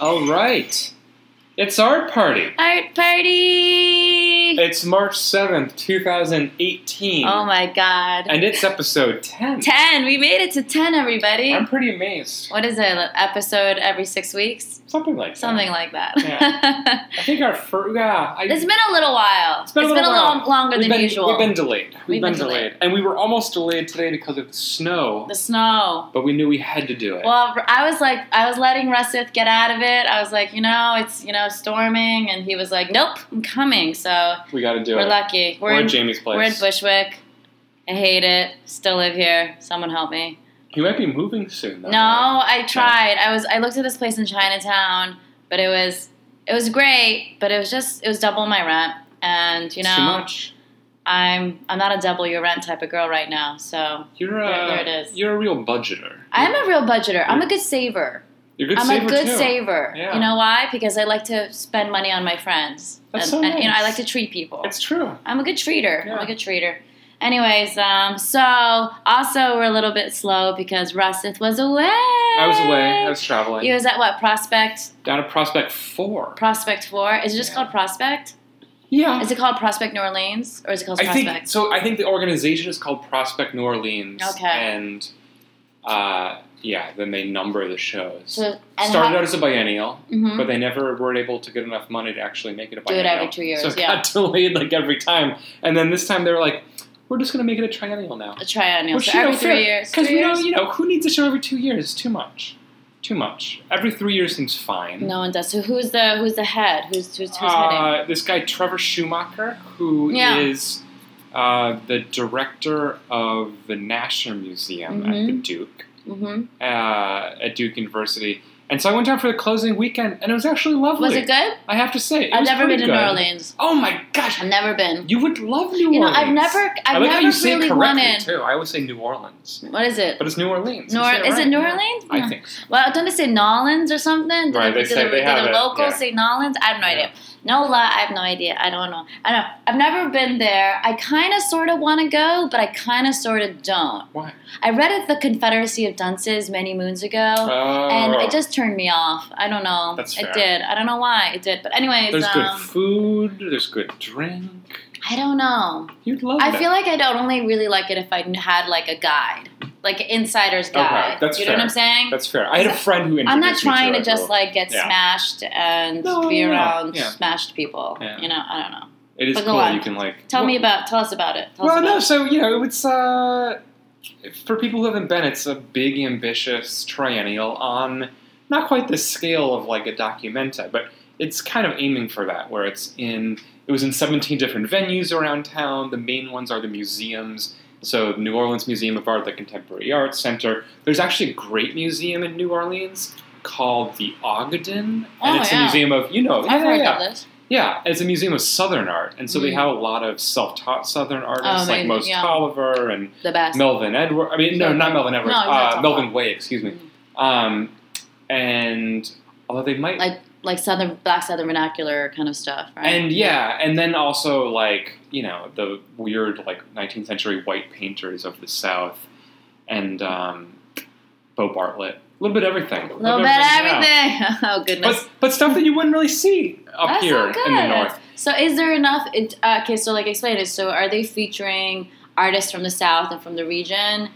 All right. It's art party. Art party! It's March 7th, 2018. Oh my god. And it's episode 10. 10! We made it to 10, everybody! I'm pretty amazed. What is it, an episode every six weeks? Something like Something that. like that. I think our first. Yeah. I, it's been a little while. It's been a little while. long- longer we've than been, usual. We've been delayed. We've, We've been, been delayed. delayed. And we were almost delayed today because of the snow, the snow. but we knew we had to do it. Well, I was like, I was letting Russith get out of it. I was like, you know, it's, you know, storming. And he was like, nope, I'm coming. So we got to do we're it. lucky. We're, we're in, at Jamie's place. we're in Bushwick. I hate it. Still live here. Someone help me. He might be moving soon, though. No, I tried. I was I looked at this place in Chinatown, but it was it was great, but it was just it was double my rent. And you Too know, much. I'm I'm not a double your rent type of girl right now. So You're a, There- there it is. You're a real budgeter. I'm a real budgeter. I'm a good saver. You're a good I'm saver a good too. saver. Yeah. You know why? Because I like to spend money on my friends. That's and, so and, you know, I nice. like to treat people. It's true. I'm a good treater. I'm Yeah. a good treater. Anyways, um, so also we're a little bit slow because Russeth was away. I was away. I was traveling. He was at what Prospect Down at Prospect 4. Prospect Four. Is it just Yeah. called Prospect? Yeah. Is it called Prospect New Orleans or is it called I Prospect? think so. I think the organization is called Prospect New Orleans. Okay. And uh, yeah, then they number the shows. so and Started how- out as a biennial, Mhm. but they never were able to get enough money to actually make it a Do it every biennial. two years, So it yeah. got delayed like every time. And then this time they were like, we're just going to make it a triennial now. a triennial. Which, So you know, every fair- three years. Because three we don't, years? you know, who needs a show every two years? Too much. Too much. Every three years seems fine. No one does. So who's the who's the head? Who's who's, who's heading? Uh, this guy Trevor Schumacher, who is Yeah. uh, the director of the National Museum at the Duke Mm-hmm. uh, at Duke University, and so I went down for the closing weekend, and it was actually lovely. Was it good? I have to say, it I've was never been pretty to good. New Orleans. Oh my gosh, I've never been. you would love New You know, Orleans. I've never I I've like how never you say it really correctly wanted. too. I always say New Orleans, What is it? but it's New Orleans. You Nor- say is right. it New Orleans? I No. think so. Well, don't they say Nolans or something? Do Right, they do say- the, they do have the it, locals yeah. say Nolans? I have no Yeah. idea. Nola, I have no idea. I don't know. I don't know. I've never been there. I kind of sort of want to go, but I kind of sort of don't. Why? I read at the Confederacy of Dunces many moons ago, Oh, and it just turned me off. I don't know. That's fair. It did. I don't know why it did. But anyways, there's good um, food. There's good drink. I don't know. You'd love. I that. feel like I'd only really like it if I had like a guide, like an insider's guide. that's you know what fair. I'm saying? That's fair. I had a friend who. I'm not introduced me trying to to it, just though. like get Yeah. smashed and No, be no, no. around Yeah. smashed people. Yeah. You know, I don't know. It is but go cool. on. You can like Tell well, me about. Tell us about it. Tell us Well, about no. it. So you know, it's uh, for people who haven't been, it's a big, ambitious triennial on not quite the scale of like a documenta, but it's kind of aiming for that, where it's in. It was in 17 different venues around town. The main ones are the museums. So New Orleans Museum of Art, the Contemporary Arts Center. There's actually a great museum in New Orleans called the Ogaden, and Oh, it's a yeah. museum of you know I've yeah, heard yeah. of this. Yeah, it's a museum of Southern art, and so they Mm. have a lot of self-taught Southern artists like amazing, Mose yeah. Tolliver and The best. Melvin Edwards. I mean, no, Sure. not Melvin Edwards. No, he's not uh, self-taught. Melvin Way, excuse me. Um, and although they might, Mm-hmm. Like like southern black southern vernacular kind of stuff, right? and yeah, and then also like you know the weird like 19th century white painters of the South, and um, Bo Bartlett, a little bit of everything, a little bit of of yeah. everything. oh goodness. But, but stuff that you wouldn't really see up That's here so good. in the north. So is there enough? It, uh, okay, so like explain it. So are they featuring artists from the south and from the region,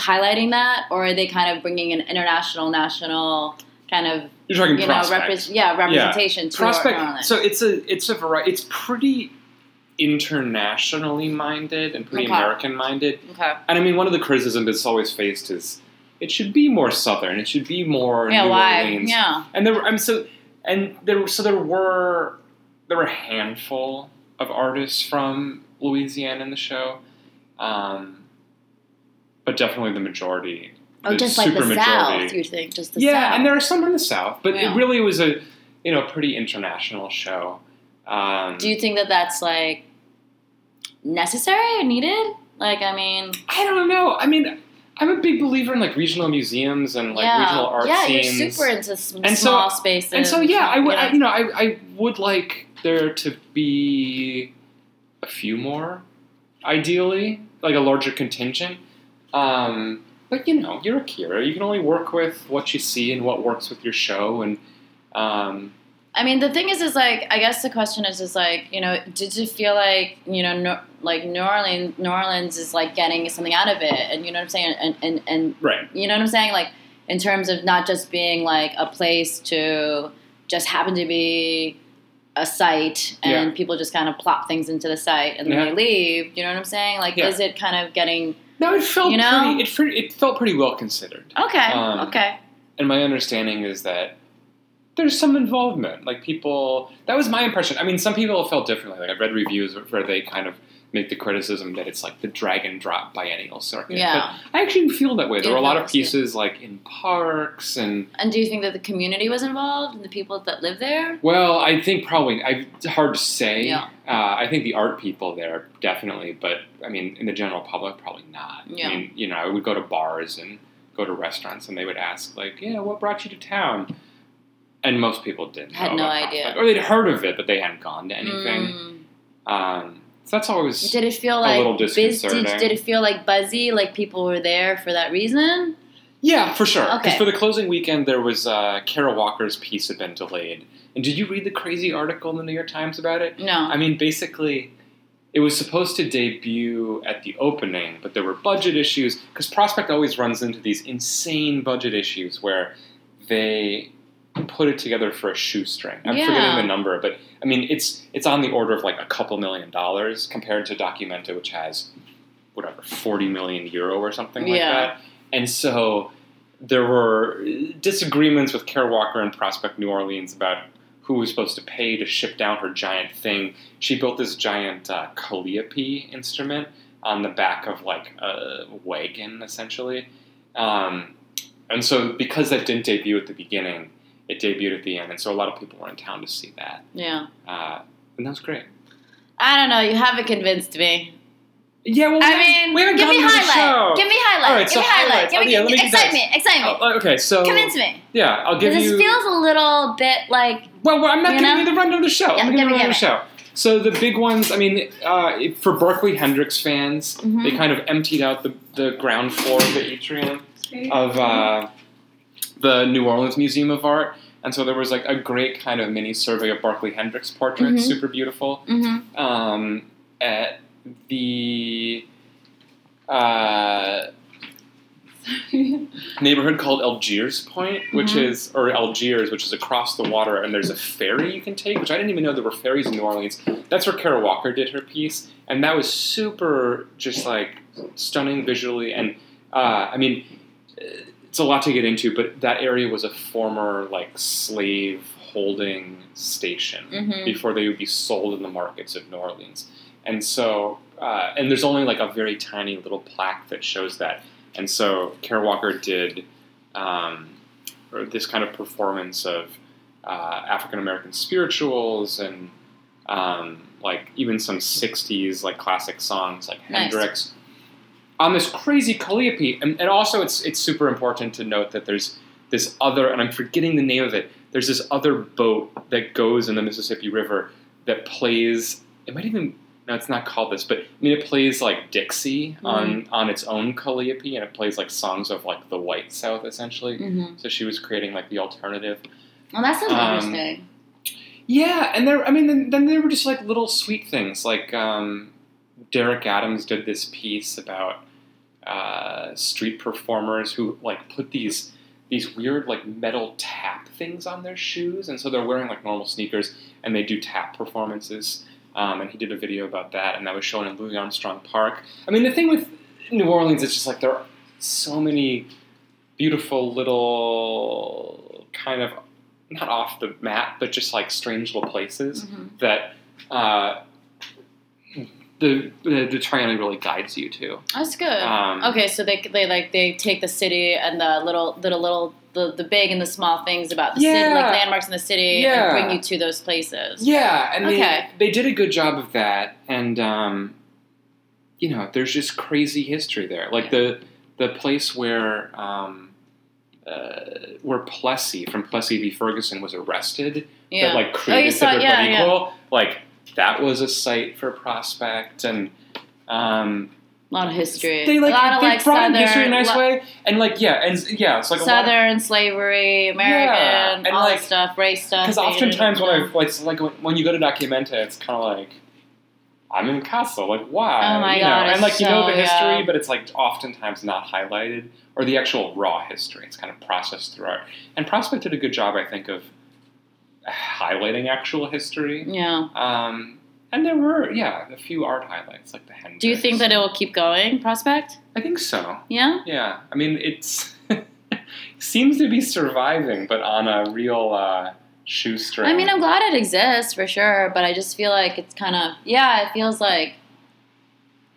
highlighting that, or are they kind of bringing an international, national kind of You're talking you know prospect. repres yeah representation to New prospect Orleans? so it's a it's a variety it's pretty internationally minded and pretty Okay. american minded okay. and i mean one of the criticisms that's always faced is it should be more southern it should be more Yeah. new Why? orleans Yeah. and there were, i'm so and there were- so there were there were a handful of artists from louisiana in the show um, but definitely the majority Oh, the just like the supermajority- South, you think? Just the yeah, South. and there are some from the South, but Yeah. it really was a you know pretty international show. Um, Do you think that that's like necessary or needed? Like, I mean, I don't know. I mean, I'm a big believer in like regional museums and like yeah, regional art yeah, scenes. you're super into sm- And so- small spaces. and so yeah, I would Yeah. I, you know I, I would like there to be a few more, ideally like a larger contingent. Um, but you know, you're a Kira. You can only work with what you see and what works with your show, and Um, I mean, the thing is, is like, I guess the question is, is like, you know, did you feel like, you know, Nor- like New Orleans, New Orleans is like getting something out of it, and you know what I'm saying, and and and right. you know what I'm saying, like in terms of not just being like a place to just happen to be a site, and Yeah. people just kind of plop things into the site and then Yeah. they leave. You know what I'm saying? Like, Yeah. is it kind of getting No, it felt You know? pretty, it, pretty- it felt pretty well considered. okay? Um, okay, And my understanding is that there's some involvement. Like people, that was my impression. I mean, some people felt differently. Like I've read reviews where they kind of make the criticism that it's like the drag and drop biennial circuit. yeah. But I actually feel that way. There were a lot of Influenced, yeah. pieces like in parks and And do you think that the community was involved and the people that live there? Well, I think probably I, it's hard to say. Yeah. Uh, I think the art people there definitely, but I mean, in the general public, probably not. Yeah. I mean, you know, I would go to bars and go to restaurants, and they would ask like, "Yeah, what brought you to town?" And most people didn't Had know no about idea. Prospect. or they'd heard of it, but they hadn't gone to anything. Mm. Um, so that's always Did it feel like little bus- did, disconcerting. did it feel like buzzy? Like people were there for that reason? yeah, for sure. Because Okay. for the closing weekend, there was uh, Kara Walker's piece had been delayed. And did you read the crazy article in the New York Times about it? No. I mean, basically, it was supposed to debut at the opening, but there were budget issues because Prospect always runs into these insane budget issues where they put it together for a shoestring. I'm Yeah. forgetting the number, but I mean, it's it's on the order of like a couple million dollars compared to Documenta, which has whatever 40 million euro or something like Yeah. that. And so there were disagreements with Care Walker and Prospect New Orleans about who was supposed to pay to ship down her giant thing. She built this giant uh, calliope instrument on the back of like a wagon, essentially. Um, and so, because that didn't debut at the beginning, it debuted at the end, and so a lot of people were in town to see that, yeah. uh, and that was great. I don't know. You haven't convinced me. Yeah, well, we I haven't- mean, we haven't give gone to me the highlight. show. Give me highlight. All right, give so me highlight. highlights. Give Oh, me yeah, let me do those. excitement. Excitement. Oh, okay, so Convince me. yeah, I'll give Because you. it feels a little bit like Well, well, I'm not You giving know? you the rundown of the show. Yeah, I'm giving you the give rundown me, of the show. So the big ones, I mean, uh, it- for Berkeley Hendrix fans, Mhm. they kind of emptied out the, the ground floor of the atrium of uh, the New Orleans Museum of Art. And so there was like a great kind of mini survey of Berkeley Hendrix portraits, Mhm. super beautiful. mhm. Um, at the uh, neighborhood called Algiers Point, which Mhm. is or Algiers, which is across the water, and there's a ferry you can take, which I didn't even know there were ferries in New Orleans. That's where Kara Walker did her piece, and that was super, just like stunning visually, and uh, I mean, eh, it's a lot to get into, but that area was a former like slave holding station Mhm. before they would be sold in the markets of New Orleans. And so, uh, and there's only like a very tiny little plaque that shows that. And so, Care Walker did um, or this kind of performance of uh, African American spirituals and um, like even some '60s like classic songs like Nice. Hendrix on this crazy calliope. And, and also, it's it's super important to note that there's this other, and I'm forgetting the name of it. There's this other boat that goes in the Mississippi River that plays. It might even no, it's not called this, but I mean, it plays like Dixie on on its own calliope, and it plays like songs of like the White South essentially. Mhm. So she was creating like the alternative. Well, that sounds Um, interesting. Yeah, and there. I mean, then, then there were just like little sweet things. Like um, Derek Adams did this piece about uh, street performers who like put these these weird like metal tap things on their shoes, and so they're wearing like normal sneakers, and they do tap performances. Um, and he did a video about that, and that was shown in Louis Armstrong Park. I mean, the thing with New Orleans is just like there are so many beautiful little kind of not off the map, but just like strange little places Mhm. that uh, the, the the triangle really guides you to. That's good. Um, Oh, okay, so they they like they take the city and the little the little the, the big and the small things about the city, Yeah. like landmarks in the city, Yeah. and bring you to those places. Yeah, and Okay. they, they did a good job of that, and um, you know, there's just crazy history there. Like the the place where um, uh, where Plessy from Plessy v Ferguson was arrested, Yeah. Oh, that like created saw- Civic yeah, But yeah. equal, like that was a site for prospect and um, A lot of history. They like a lot of they like brought southern, in history in a nice lo- way, and like yeah, and yeah, it's like a lot. southern slavery, and, American, all like- that stuff, race stuff. Because oftentimes when I like it's like when- when you go to Documenta, it's kind of like I'm in Casa, like why? Oh my you know? God, it's and like you know so- the history, yeah. but it's like oftentimes not highlighted or the actual raw history. It's kind of processed throughout. And Prospect did a good job, I think, of highlighting actual history. yeah. Um, and there were, yeah, a few art highlights, like the Hendrix. Do you think that it will keep going, Prospect? I think so. Yeah. Yeah, I mean, it's seems to be surviving, but on a real uh, shoestring. I mean, I'm glad it exists for sure, but I just feel like it's kind of yeah. It feels like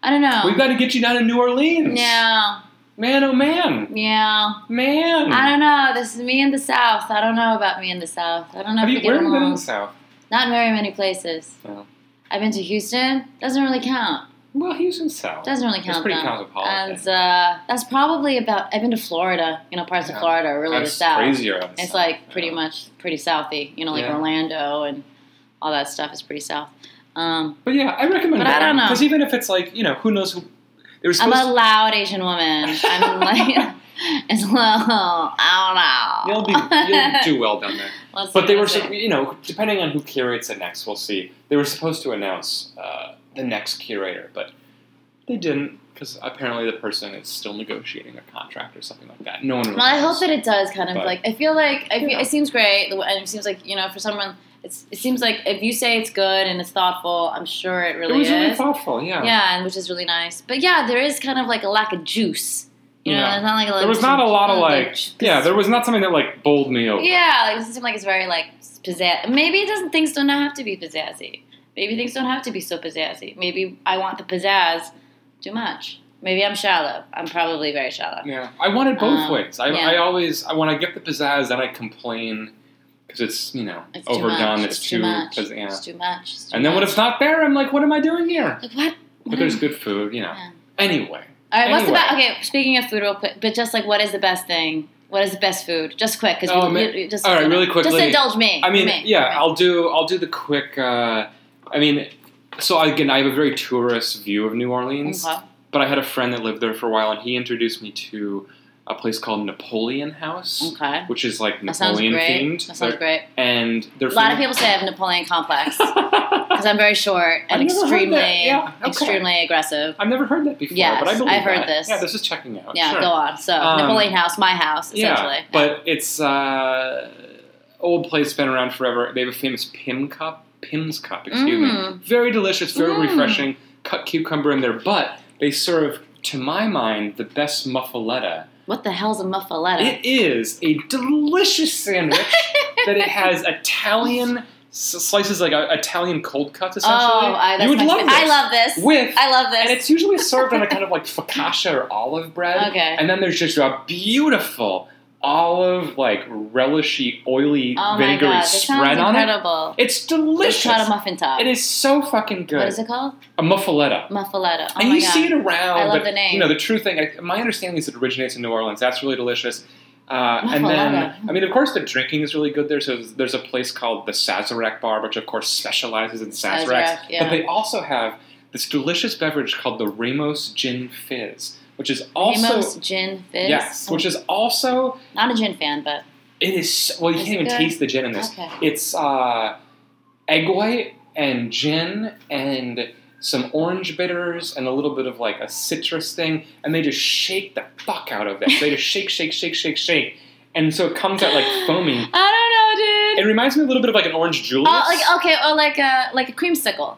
I don't know. we've got to get you down to New Orleans. yeah, man, oh man, yeah. man. I don't know. This is me in the South. I don't know about me in the South. I don't know Have if you we get where have you been Oh. in the along. South? Not very many places. No. I've been to Houston. Doesn't really count. Well, Houston's South. Doesn't really it's count. pretty though. And cosmopolitan. uh, that's probably about. I've been to Florida. You know, parts Yeah. of Florida are really That's the South. crazier. on the It's South, like pretty yeah. much pretty southy. You know, like Yeah. Orlando and all that stuff is pretty south. Um, But yeah, I recommend. But I don't know. because even if it's like you know, who knows who. It was I'm supposed a loud Asian woman. I'm like, it's a little. I to, you'll don't know. be you'll do well down there. Let's But see, they were, let's so, see. you know, depending on who curates it next, we'll see. They were supposed to announce uh, the next curator, but they didn't because apparently the person is still negotiating a contract or something like that. No one. Really Well, I knows. hope that it does kind of But- like. I feel like I feel, Yeah. it seems great, the- and it seems like you know for someone, it's, it seems like if you say it's good and it's thoughtful, I'm sure it it really was really is. thoughtful. Yeah. yeah, and which is really nice. But yeah, there is kind of like a lack of juice. You know, Yeah. it's not like a There was not a lot of not like. Yeah, there was not something that like bowled me over. Yeah, like, it doesn't seem like it's very like pizzazz. Maybe it doesn't. Things don't have to be pizzazzy. Maybe things don't have to be so pizzazzy. Maybe I want the pizzazz too much. Maybe I'm shallow. I'm probably very shallow. Yeah. I wanted both Um, ways. I, yeah. I always I want to get the pizzazz, then I complain because it's you know It's overdone. Too much. It's, too, much. pizz- yeah. It's too much. It's too And then when much. it's not there, I'm like, what am I doing here? like what? But there's good food, you know. Yeah. Anyway. All right. What's the Anyway. best? Okay. Speaking of food, real quick, but just like, what is the best thing? What is the best food? Just quick, because Oh, we, man. you- you just All right, really Just quickly. indulge me. I mean, me. yeah, Okay. I'll do I'll do the quick. Uh, I mean, so again, I have a very tourist view of New Orleans, Okay. but I had a friend that lived there for a while, and he introduced me to a place called Napoleon House, Okay. which is like That sounds Napoleon great. themed. That sounds great. And they're A lot of people say I have Napoleon complex because I'm very short and I've never heard extremely, that. Yeah, okay. extremely aggressive. I've never heard that before, Yes, but I believe I've heard that. this. Yeah, this is checking out. Yeah, sure. go on. So Um, Napoleon House, my house, essentially. Yeah, but it's uh, old place, been around forever. They have a famous Pim cup, Pim's cup, excuse me. Mm. Very delicious, very Mm. refreshing. Cut cucumber in there, but they serve, to my mind, the best muffaletta. what the hell's a muffaletta? It is a delicious sandwich that it has Italian s- slices, like uh, Italian cold cuts. oh, Essentially, I, that's you would my love fa- this. I love this. with I love this. and it's usually served on a kind of like focaccia or olive bread. Okay. And then there's just a beautiful olive, like relishy, oily, oh my vinegary god, this sounds spread on it. incredible. It's Let's delicious. try a muffin top. It is so fucking good. What is it called? A muffaletta. Muffaletta. Oh and my you god. see it around. I love but, the name. You know, the true thing, I, my understanding is it originates in New Orleans. That's really delicious. Uh, and then, Muffaletta. I mean, of course, the drinking is really good there. So there's- there's a place called the Sazerac Bar, which of course specializes in Sazeracs. Sazerac, yeah. But they also have this delicious beverage called the Ramos Gin Fizz, which is also Nemo's gin fizz. yes, I'm which is also not a gin fan, but it is. so- Well, you Is can't it even good? taste the gin in this. okay. It's uh, egg white and gin and some orange bitters and a little bit of like a citrus thing, and they just shake the fuck out of it. they just shake, shake, shake, shake, shake, and so it comes out like foamy. I don't know, It dude. reminds me a little bit of like an orange Julius. Oh, like okay, or like a like a creamsicle.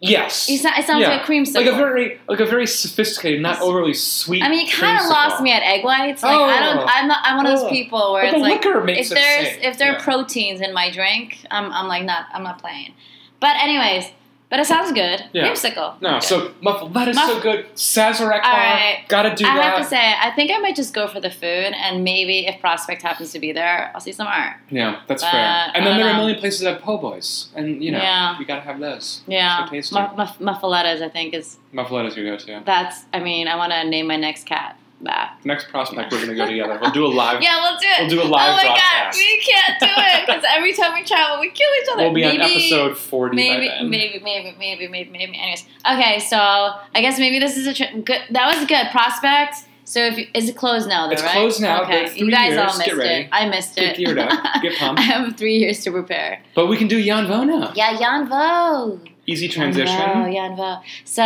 yes, You so- It sounds Yeah. like a creamsicle. like a very like a very sophisticated, not overly sweet. I mean, you kind of creamsicle. lost me at egg whites. Like I Oh. don't. I'm not. I'm one of Oh. those people where But the it's like liquor makes if it there's sick. if there Yeah. are proteins in my drink, I'm I'm like not. I'm not playing. But anyways, but it sounds good. Yeah. Creamsicle. No, Okay. so muffled lettuce Muff- so good. Sazerac All bar, right. gotta do I that. have to say, I think I might just go for the food, and maybe if Prospect happens to be there, I'll see some art. yeah, that's But, fair. I And then don't there are a know. million places that have po' boys, and you know Uh, um, Yeah. Uh, you gotta have those. Yeah, So tasty. Mu- muff- muffalettas. I think is Muffled lettuce you go to. that's. I mean, I want to name my next cat that. next prospect we're going to go together. We'll do a live. Yeah, we'll do it. We'll do a live Oh my god, broadcast. we can't do it because every time we travel, we kill each other. We'll be maybe, on episode forty Maybe, by then. maybe, maybe, maybe, maybe, maybe. Anyways, okay. So I guess maybe this is a tr- good. That was good prospects. So if you, is it closed now? Though, It's right? closed now, Okay, but you three guys all years, missed get ready. it. I missed Get it. geared up. Get pumped. I have three years to prepare. But we can do Jan Vona. Yeah, Jan Vo. Easy Oh, transition. Jan Vo. So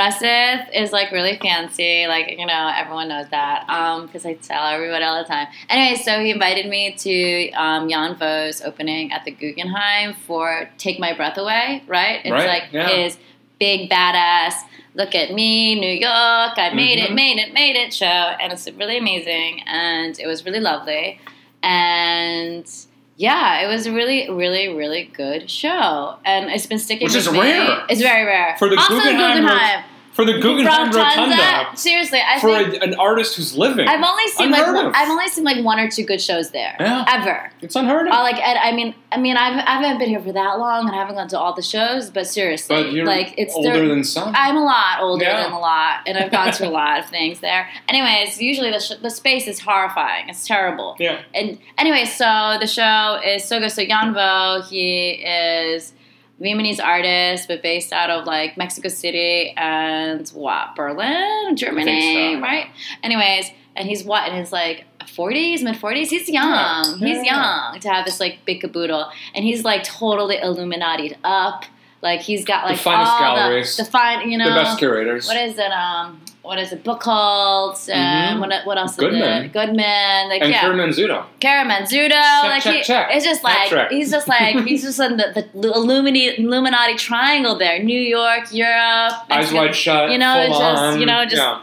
Rasith is like really fancy, like you know everyone knows that, um, because I tell everybody all the time. Anyway, so he invited me to um, Jan Vo's opening at the Guggenheim for "Take My Breath Away," right? It's Right, like yeah. his big badass. Look at me, New York! I made it, Mhm. made it, made it show, and it's really amazing, and it was really lovely, and. Yeah, it was a really, really, really good show, and it's been sticking. Which with is me. rare. It's very rare For the also Guggenheim Ro- Guggenheim. For the Guggenheim Rotunza, Rotunda. Seriously, I For think a, an artist who's living. I've only seen like Unheard one- of. I've only seen like one or two good shows there Yeah. ever. it's unheard of. Uh, like and, I mean, I mean, I've I haven't been here for that long and I haven't gone to all the shows, but seriously, but you're like it's older they're- than some. I'm a lot older Yeah. than a lot, and I've gone to a lot of things there. Anyways, usually the, sh- the space is horrifying. It's terrible. yeah. And anyway, so the show is so good. So Yanvo, he is Vietnamese artist, but based out of like Mexico City and what Berlin, Germany, so. right? Anyways, and he's what in his like 40s, mid 40s. He's young. Yeah. He's Yeah. young to have this like big caboodle, and he's like totally Illuminati'd up. Like he's got like finest all galleries. the, the fine, you know, the best curators. what is it? Um, what is it? Book called? Mhm. Um, what, what else? Is Goodman. it? Goodman. Like and yeah. Karen Manzuto. Kara Manzuto, like check, he, check. it's just like That's right. he's just like he's just in the, the Illuminati, Illuminati triangle there, New York, Europe, Eyes Mexico, wide shut. you know, full it's just- on, you know, just- yeah.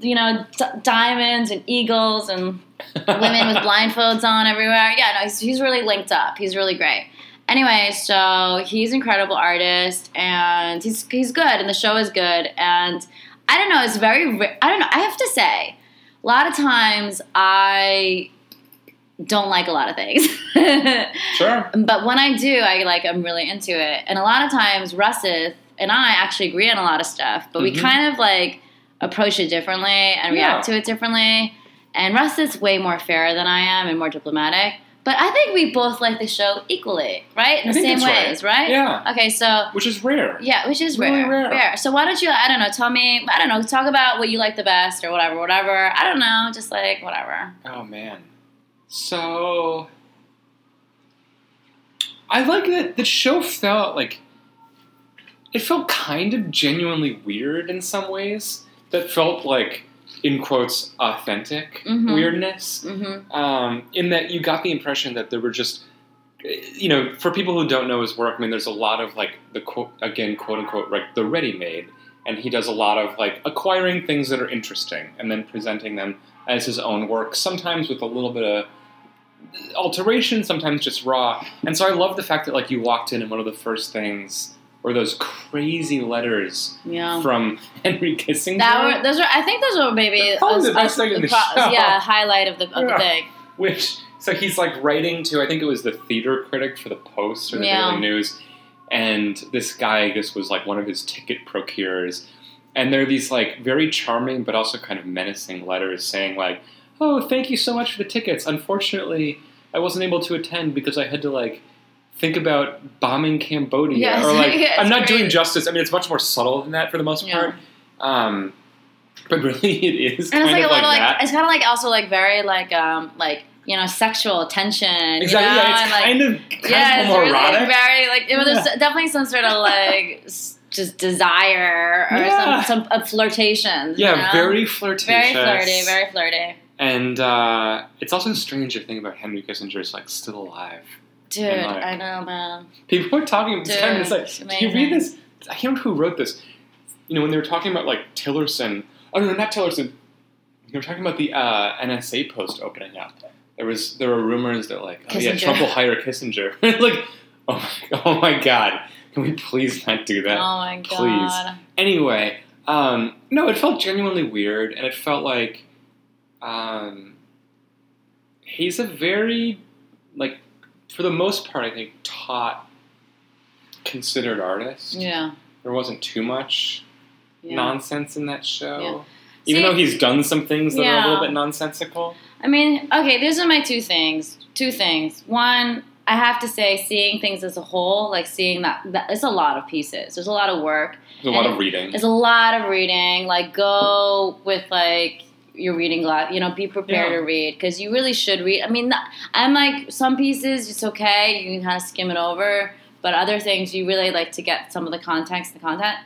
you know, d- diamonds and eagles and women with blindfolds on everywhere. Yeah, no, he's, he's really linked up. He's really great. Anyway, so he's an incredible artist and he's he's good and the show is good and I don't know, it's very ri- I don't know, I have to say a lot of times I don't like a lot of things. sure. But when I do, I like I'm really into it. And a lot of times Russeth and I actually agree on a lot of stuff, but we Mhm. kind of like approach it differently and react to it differently. And Russeth's way more fair than I am and more diplomatic. But I think we both like the show equally, right? In I the think same that's right. ways, right? Yeah. Okay, so Which is rare. yeah, which is Really rare, rare. So why don't you? I don't know. Tell me. I don't know. Talk about what you like the best, or whatever, whatever. I don't know. Just like whatever. Oh man. So I like that the show felt like it felt kind of genuinely weird in some ways. That felt like in quotes authentic Mhm. weirdness. Mm-hmm. Um, in that you got the impression that there were just eh, you know, for people who don't know his work, I mean, there's a lot of like the quote again, quote unquote, like the ready-made, and he does a lot of like acquiring things that are interesting and then presenting them as his own work, sometimes with a little bit of alteration, sometimes just raw. And so I love the fact that like you walked in and one of the first things were those crazy letters Yeah. from Henry Kissinger. That were those were. I think those were maybe They're probably the uh, best thing in the show. Yeah, highlight of the of Yeah. the thing. Which so he's like writing to I think it was the theater critic for the Post or the Yeah. Daily News, and this guy I guess was like one of his ticket procurers, and they're these like very charming but also kind of menacing letters saying like, "Oh, thank you so much for the tickets. Unfortunately, I wasn't able to attend because I had to like." Think about bombing Cambodia, Yes, or like yes, I'm not crazy. doing justice. I mean, it's much more subtle than that for the most Yeah. part. Um, but really, it is kind And it's like a of like lot of like. that. It's kind of like also like very like um like you know sexual tension. Exactly. You know? yeah, it's and, like, kind of kind yeah, of it's more really erotic. very like it was there's definitely some sort of like s- just desire or Yeah. some some uh, flirtation. yeah, you know? very flirtatious. very flirty, very flirty. And uh, it's also strange to think about Henry Kissinger is like still alive. Dude, And, like, I know, man. People are talking. It's Dude, kind of it's like do you amazing. read this. I can't remember who wrote this. You know, when they were talking about like Tillerson. Oh no, not Tillerson. They were talking about the uh, NSA post opening up. There was there were rumors that like oh yeah Kissinger. Trump will hire Kissinger. like oh my, oh my god, can we please not do Oh that? my please. god. anyway, um, no, it felt genuinely weird, and it felt like um, he's a very, like, for the most part, I think, taught, considered artist. Yeah. There wasn't too much Yeah. nonsense in that show. Even See- though he's done some things that are a Yeah. little bit nonsensical. I mean, okay, these are my two things. Two things. One, I have to say, seeing things as a whole, like seeing that, that it's a lot of pieces. There's a lot of work. There's a lot And of reading. It's a lot of reading. Like, go with like your reading glass. You know, be prepared Yeah. to read because you really should read. I mean, th- I'm like some pieces it's okay. You can kind of skim it over, but other things you really like to get some of the context, the content,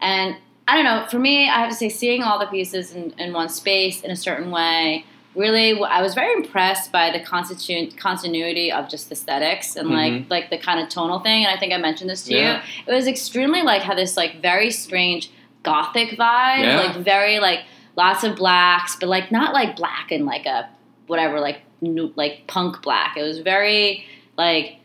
and I don't know. For me, I have to say, seeing all the pieces in, in one space in a certain way. Really, wh- I was very impressed by the constitu- continuity of just aesthetics and like like the kind of tonal thing. And I think I mentioned this to Mm-hmm. Yeah. you it was extremely like had this like very strange gothic vibe Yeah. like very like lots of blacks but like not like black and like a whatever like new, like punk black it was very like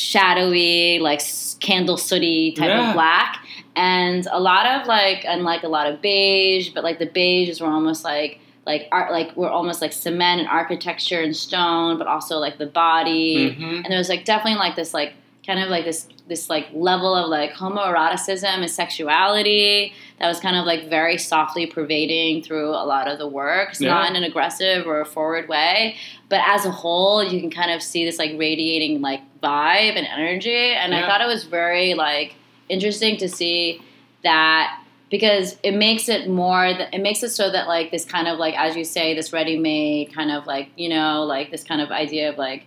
shadowy like s- candle sooty type Yeah. of black and a lot of like and like a lot of beige but like the beiges were almost like like art like were almost like cement and architecture and stone but also like the body hmm and there was like definitely like this like kind of like this this like level of like homoeroticism and sexuality that was kind of like very softly pervading through a lot of the works Yeah. not in an aggressive or forward way but as a whole you can kind of see this like radiating like vibe and energy and Yeah. i thought it was very like interesting to see that because it makes it more th- it makes it so that like this kind of like as you say this ready-made kind of like you know like this kind of idea of like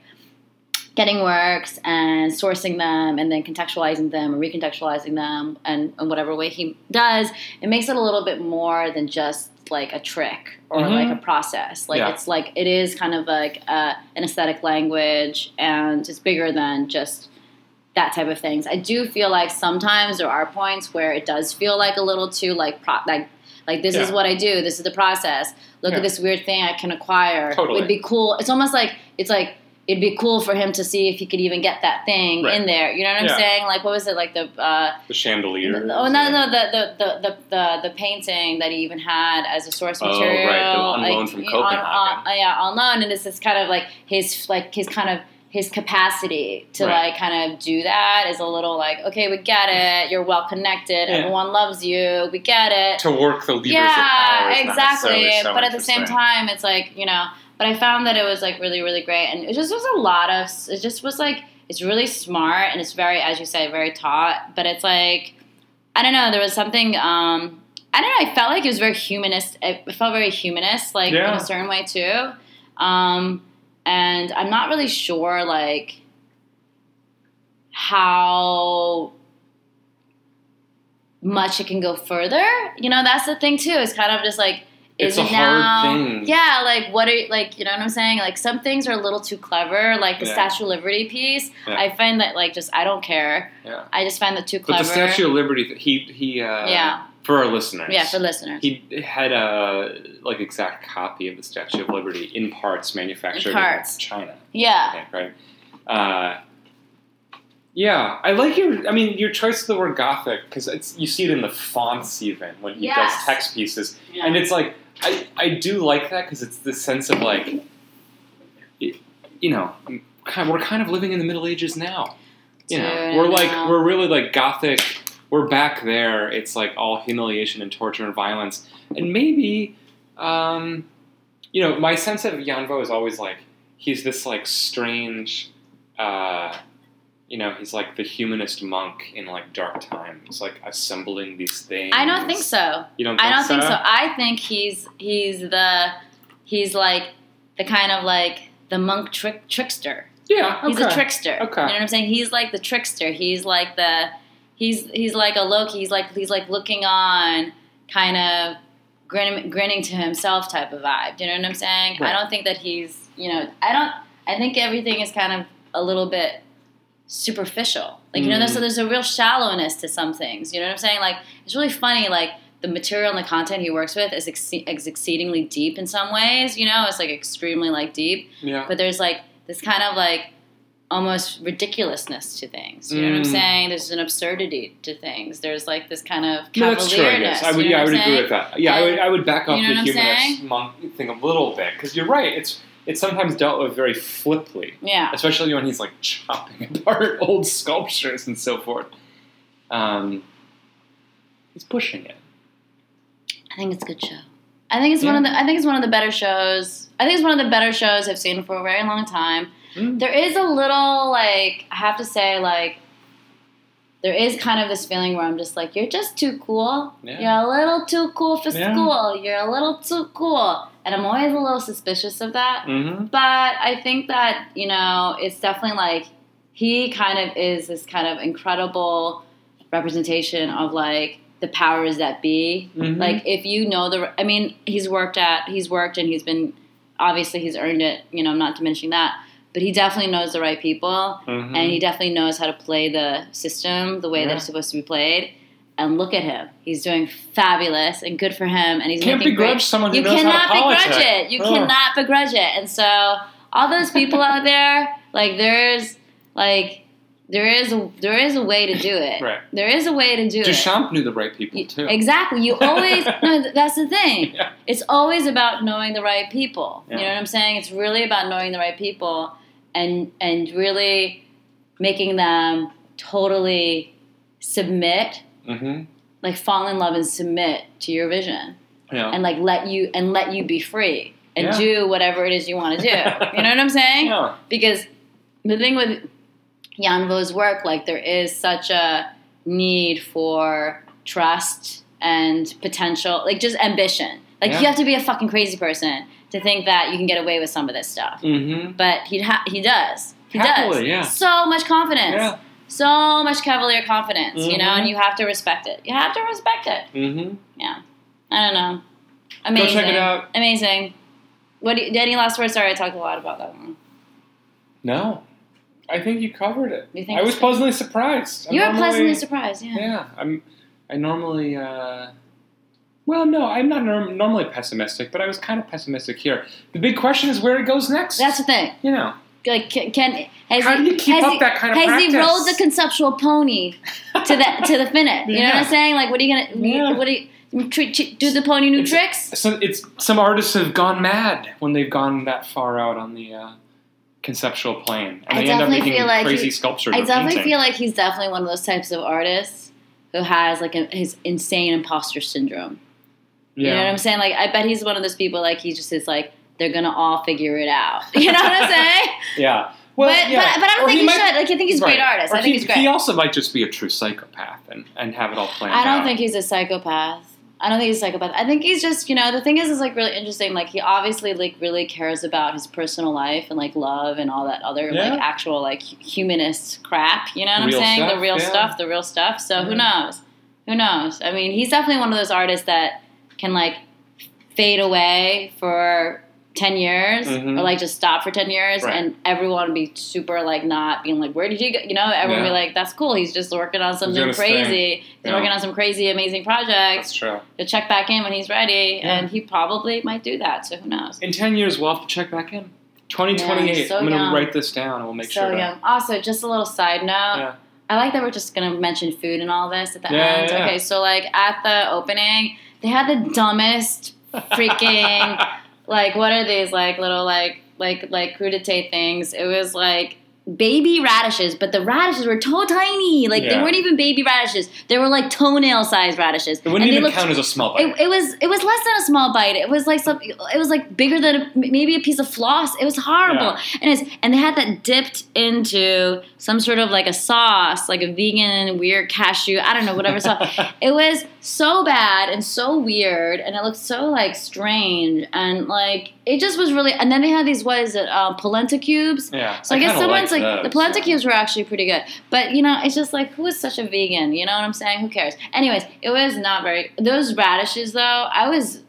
getting works and sourcing them and then contextualizing them or recontextualizing them and in whatever way he does it makes it a little bit more than just like a trick or Mhm. like a process like Yeah. it's like it is kind of like uh, an aesthetic language and it's bigger than just that type of things. I do feel like sometimes there are points where it does feel like a little too like pro- like like this is Yeah. what I do. This is the process. Look Yeah. at this weird thing I can acquire. Totally. It'd be cool. It's almost like it's like it'd be cool for him to see if he could even get that thing Right. in there. You know what I'm Yeah. saying? Like what was it like the uh, The chandelier. oh no no the the, the the the the painting that he even had as a source Oh, right, material the- on like, loan from on- on- Copenhagen. yeah on loan and it's this kind of like his like his kind of his capacity to Right. like kind of do that is a little like okay we get it you're well connected Yeah. everyone loves you we get it To work the leadership power yeah is not exactly necessarily so but at the same interesting. time it's like you know but i found that it was like really really great and it just was a lot of it just was like it's really smart and it's very as you say very taught but it's like i don't know there was something um i don't know i felt like it was very humanist it felt very humanist like Yeah. in a certain way too um and i'm not really sure like how much it can go further. You know, that's the thing too. It's kind of just like It's is a it hard now? thing. Yeah, like what are like you know what I'm saying? Like some things are a little too clever. Like the Yeah. Statue of Liberty piece, Yeah. I find that like just I don't care. Yeah. I just find that too But clever. the Statue of Liberty, th- he he. Uh, Yeah. For our listeners. yeah, for listeners. he had a like exact copy of the Statue of Liberty in parts manufactured In parts. in China. I yeah, think, right? Uh, yeah, I like your. I mean, your choice of the word gothic because it's you see it in the fonts even when he does Yes. text pieces, and it's like I I do like that because it's this sense of like, it, you know, kind we're kind of living in the Middle Ages now. You know, Dude, we're I like know. we're really like gothic. We're back there. It's like all humiliation and torture and violence, and maybe, um, you know, my sense of Yanvo is always like he's this like strange, uh, you know, he's like the humanist monk in like dark times, like assembling these things. I don't think so. You don't. I don't think so. I think he's he's the he's like the kind of like the monk trick trickster. Yeah, okay. He's a trickster. Okay. You know what I'm saying? He's like the trickster. He's like the he's he's like a look. He's like he's like looking on, kind of grinning, grinning to himself type of vibe. Do you know what I'm saying? Right. I don't think that he's you know I don't I think everything is kind of a little bit superficial. Like you know, Mm. there's, so there's a real shallowness to some things. You know what I'm saying? Like it's really funny. Like the material and the content he works with is, ex- is exceedingly deep in some ways. You know, it's like extremely like deep Yeah. but there's like this kind of like almost ridiculousness to things. You know what I'm Mm. saying? There's an absurdity to things. There's like this kind of No, that's true. I guess cavaliereness. I would. you know Yeah, I what would I'm agree saying? with that. Yeah, I would. I would back up You know the what I'm humanist monk thing a little bit because you're right. It's it's sometimes dealt with very flippantly, Yeah, especially when he's like chopping apart old sculptures and so forth. Um, he's pushing it. I think it's a good show. I think it's one Yeah. of the I think it's one of the better shows. I think it's one of the better shows I've seen for a very long time. Mm. There is a little like I have to say like there is kind of this feeling where I'm just like you're just too cool. Yeah. You're a little too cool for Yeah. school. You're a little too cool, and I'm always a little suspicious of that. Mm-hmm. But I think that, you know, it's definitely like he kind of is this kind of incredible representation of like the powers that be. Mhm. Like if you know the I mean, he's worked at he's worked and he's been obviously he's earned it, you know, I'm not diminishing that. But he definitely knows the right people Mm-hmm. and he definitely knows how to play the system the way Yeah. that it's supposed to be played. And look at him. He's doing fabulous and good for him and he's can't making begrudge great someone who you knows cannot how to politic. begrudge it. You Ugh. cannot begrudge it. And so all those people out there, like there's like there is a, there is a way to do it. Right. There is a way to do it. Duchamp knew the right people You- too. Exactly. You always no. th- That's the thing. Yeah. It's always about knowing the right people. You know Yeah. what I'm saying? It's really about knowing the right people and and really making them totally submit, hmm like fall in love and submit to your vision Yeah. and like let you and let you be free and Yeah. do whatever it is you want to do. you know what I'm saying? yeah. Because the thing with Yanvo's work, like there is such a need for trust and potential, like just ambition. Like Yeah. you have to be a fucking crazy person to think that you can get away with some of this stuff. Mm-hmm. But he ha- he does. He does. Happily, yeah. So much confidence. Yeah. So much cavalier confidence, you know, Mhm. and you have to respect it. You have to respect it. Mm-hmm. Yeah. I don't know. Amazing. check it out. Amazing. What do you, Danny, last word? Sorry, I talked a lot about that one. No, I think you covered it. You think I it's was good? pleasantly surprised. I'm You were normally- pleasantly surprised, yeah. Yeah, I'm. I normally. Uh, well, no, I'm not norm- normally pessimistic, but I was kind of pessimistic here. The big question is where it goes next. That's the thing. you know. Like, can, can has How he, do you keep has up he, that kind of has he practice? rolled the conceptual pony to the to the finish? You know what Yeah. I'm saying? Like, what are you gonna? Yeah. What are you? tr- tr- Do the pony new It's- tricks? So it's some artists have gone mad when they've gone that far out on the uh, conceptual plane, and I they end up definitely making feel like crazy he- sculptures. I or definitely painting. feel like he's definitely one of those types of artists who has like a, his insane imposter syndrome. You know what yeah. I'm saying? Like, I bet he's one of those people, like, he just is like, they're gonna all figure it out. You know what I'm saying? yeah. Well, but, yeah. but, but I don't Or think he, might- should. Like, I think he's a great Right. artist. Or I think he, he's great. He also might just be a true psychopath and, and have it all planned I don't out. think he's a psychopath. I don't think he's a psychopath. I think he's just, you know, the thing is, is like really interesting. Like, he obviously, like, really cares about his personal life and, like, love and all that other, Yeah. like, actual, like, hu- humanist crap. You know what I'm Real saying? the stuff, real yeah. stuff, the real stuff. So, who Mhm. knows? Who knows? I mean, he's definitely one of those artists that can, like, fade away for 10 years Mhm. or like just stop for 10 years Right. and everyone would be super like not being like where did you go you know everyone would be Yeah. like that's cool he's just working on something his thing. crazy he's Yeah. working on some crazy amazing project That's true. he'll check back in when he's ready Yeah. and he probably might do that so who knows In 10 years, we'll have to check back in. 2028. Yeah, so I'm going young. to write this down and we'll make so sure. to- young also just a little side note Yeah. I like that we're just gonna mention food and all this at the Yeah, end. yeah, yeah. Okay, so like at the opening, they had the dumbest freaking like what are these like little like like like crudité things? It was like baby radishes, but the radishes were so tiny. Like they Yeah. weren't even baby radishes. They were like toenail sized radishes. it wouldn't and they even looked- count as a small bite. It, it was it was less than a small bite. It was like some. It was like bigger than a, maybe a piece of floss. It was horrible. And it's and they had that dipped into some sort of like a sauce, like a vegan weird cashew. I don't know whatever sauce. it was so bad and so weird, and it looked so like strange and like it just was really. And then they had these what is it uh, polenta cubes. yeah. So I, guess kinda someone's like like the those. polenta cubes were actually pretty good, but you know it's just like who is such a vegan? You know what I'm saying? Who cares? Anyways, it was not very those radishes though. I was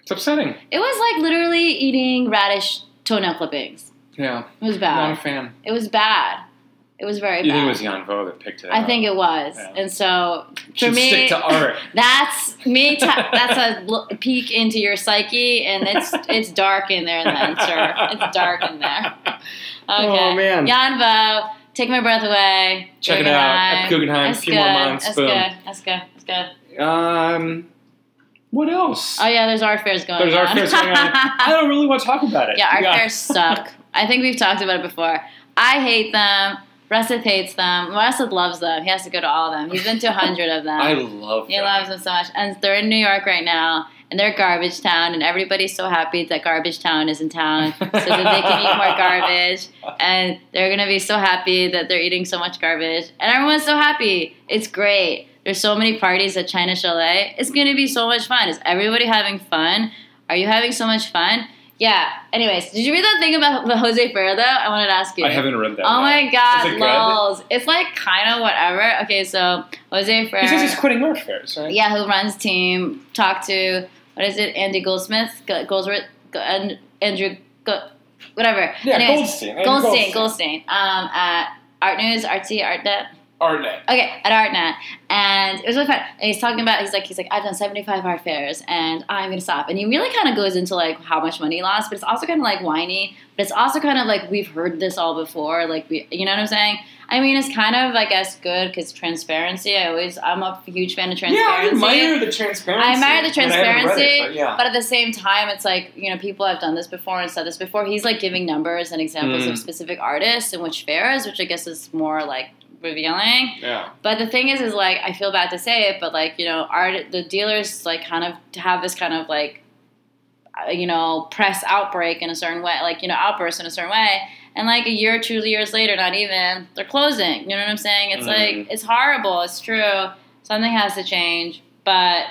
It's upsetting. it was like literally eating radish toenail clippings. Yeah. It was Not a bad. fan. It was bad. It was very You bad. think it was Jan Vo that picked it I think it was, Yeah. and so for Should me, stick to art. that's me. ta that's a l- peek into your psyche, and it's it's dark in there, then, sir. It's dark in there. Okay. Oh, man. Jan Vo, take my breath away. Check it out at Guggenheim. That's few good. more months. That's Boom. good. That's good. That's good. Um, what else? Oh yeah, there's art fairs going There's on. art fairs going on. I don't really want to talk about it. yeah, art fairs suck. I think we've talked about it before. I hate them. Russeth hates them. Russeth loves them. He has to go to all of them. He's been to a hundred of them. I love He that. loves them so much. And they're in New York right now. and they're Garbage Town, and everybody's so happy that Garbage Town is in town so that they can eat more garbage, and they're gonna be so happy that they're eating so much garbage, and everyone's so happy. It's great. There's so many parties at China Chalet. It's gonna be so much fun. Is everybody having fun? Are you having so much fun? Yeah. Anyways, did you read that thing about Jose Ferrer though? I wanted to ask you. I haven't read that. Oh my Is it god, good? lols. It's like kind of whatever. Okay, so Jose He says he's Ferrer, quitting March Fairs, right? yeah, who runs team, talked to, what is it, Andy Goldsmith? Go- Goldsworth? Go- and- Andrew, Go- whatever. Yeah, Anyways, Goldstein. Amy Goldstein, Goldstein. Um, at Art News, RT, ArtNet. Arnett. Okay, at ArtNet, and it was really fun. And he's talking about he's like he's like I've done seventy five art fairs, and I'm gonna stop. And he really kind of goes into like how much money he lost, but it's also kind of like whiny. But it's also kind of like we've heard this all before. Like we, you know what I'm saying? I mean, it's kind of I guess good because transparency. I always I'm a huge fan of Yeah, I transparency. admire the transparency. but I I admire the haven't read it, transparency, but yeah. but at the same time, it's like you know people have done this before and said this before. He's like giving numbers and examples Mm. of specific artists and which fairs, which I guess is more like revealing. yeah. But the thing is, is like I feel bad to say it, but like you know, art the dealers like kind of have this kind of like uh, you know press outbreak in a certain way, like you know outburst in a certain way, and like a year or two years later, not even they're closing. You know what I'm saying? Mm. It's like it's horrible. It's true. Something has to change, but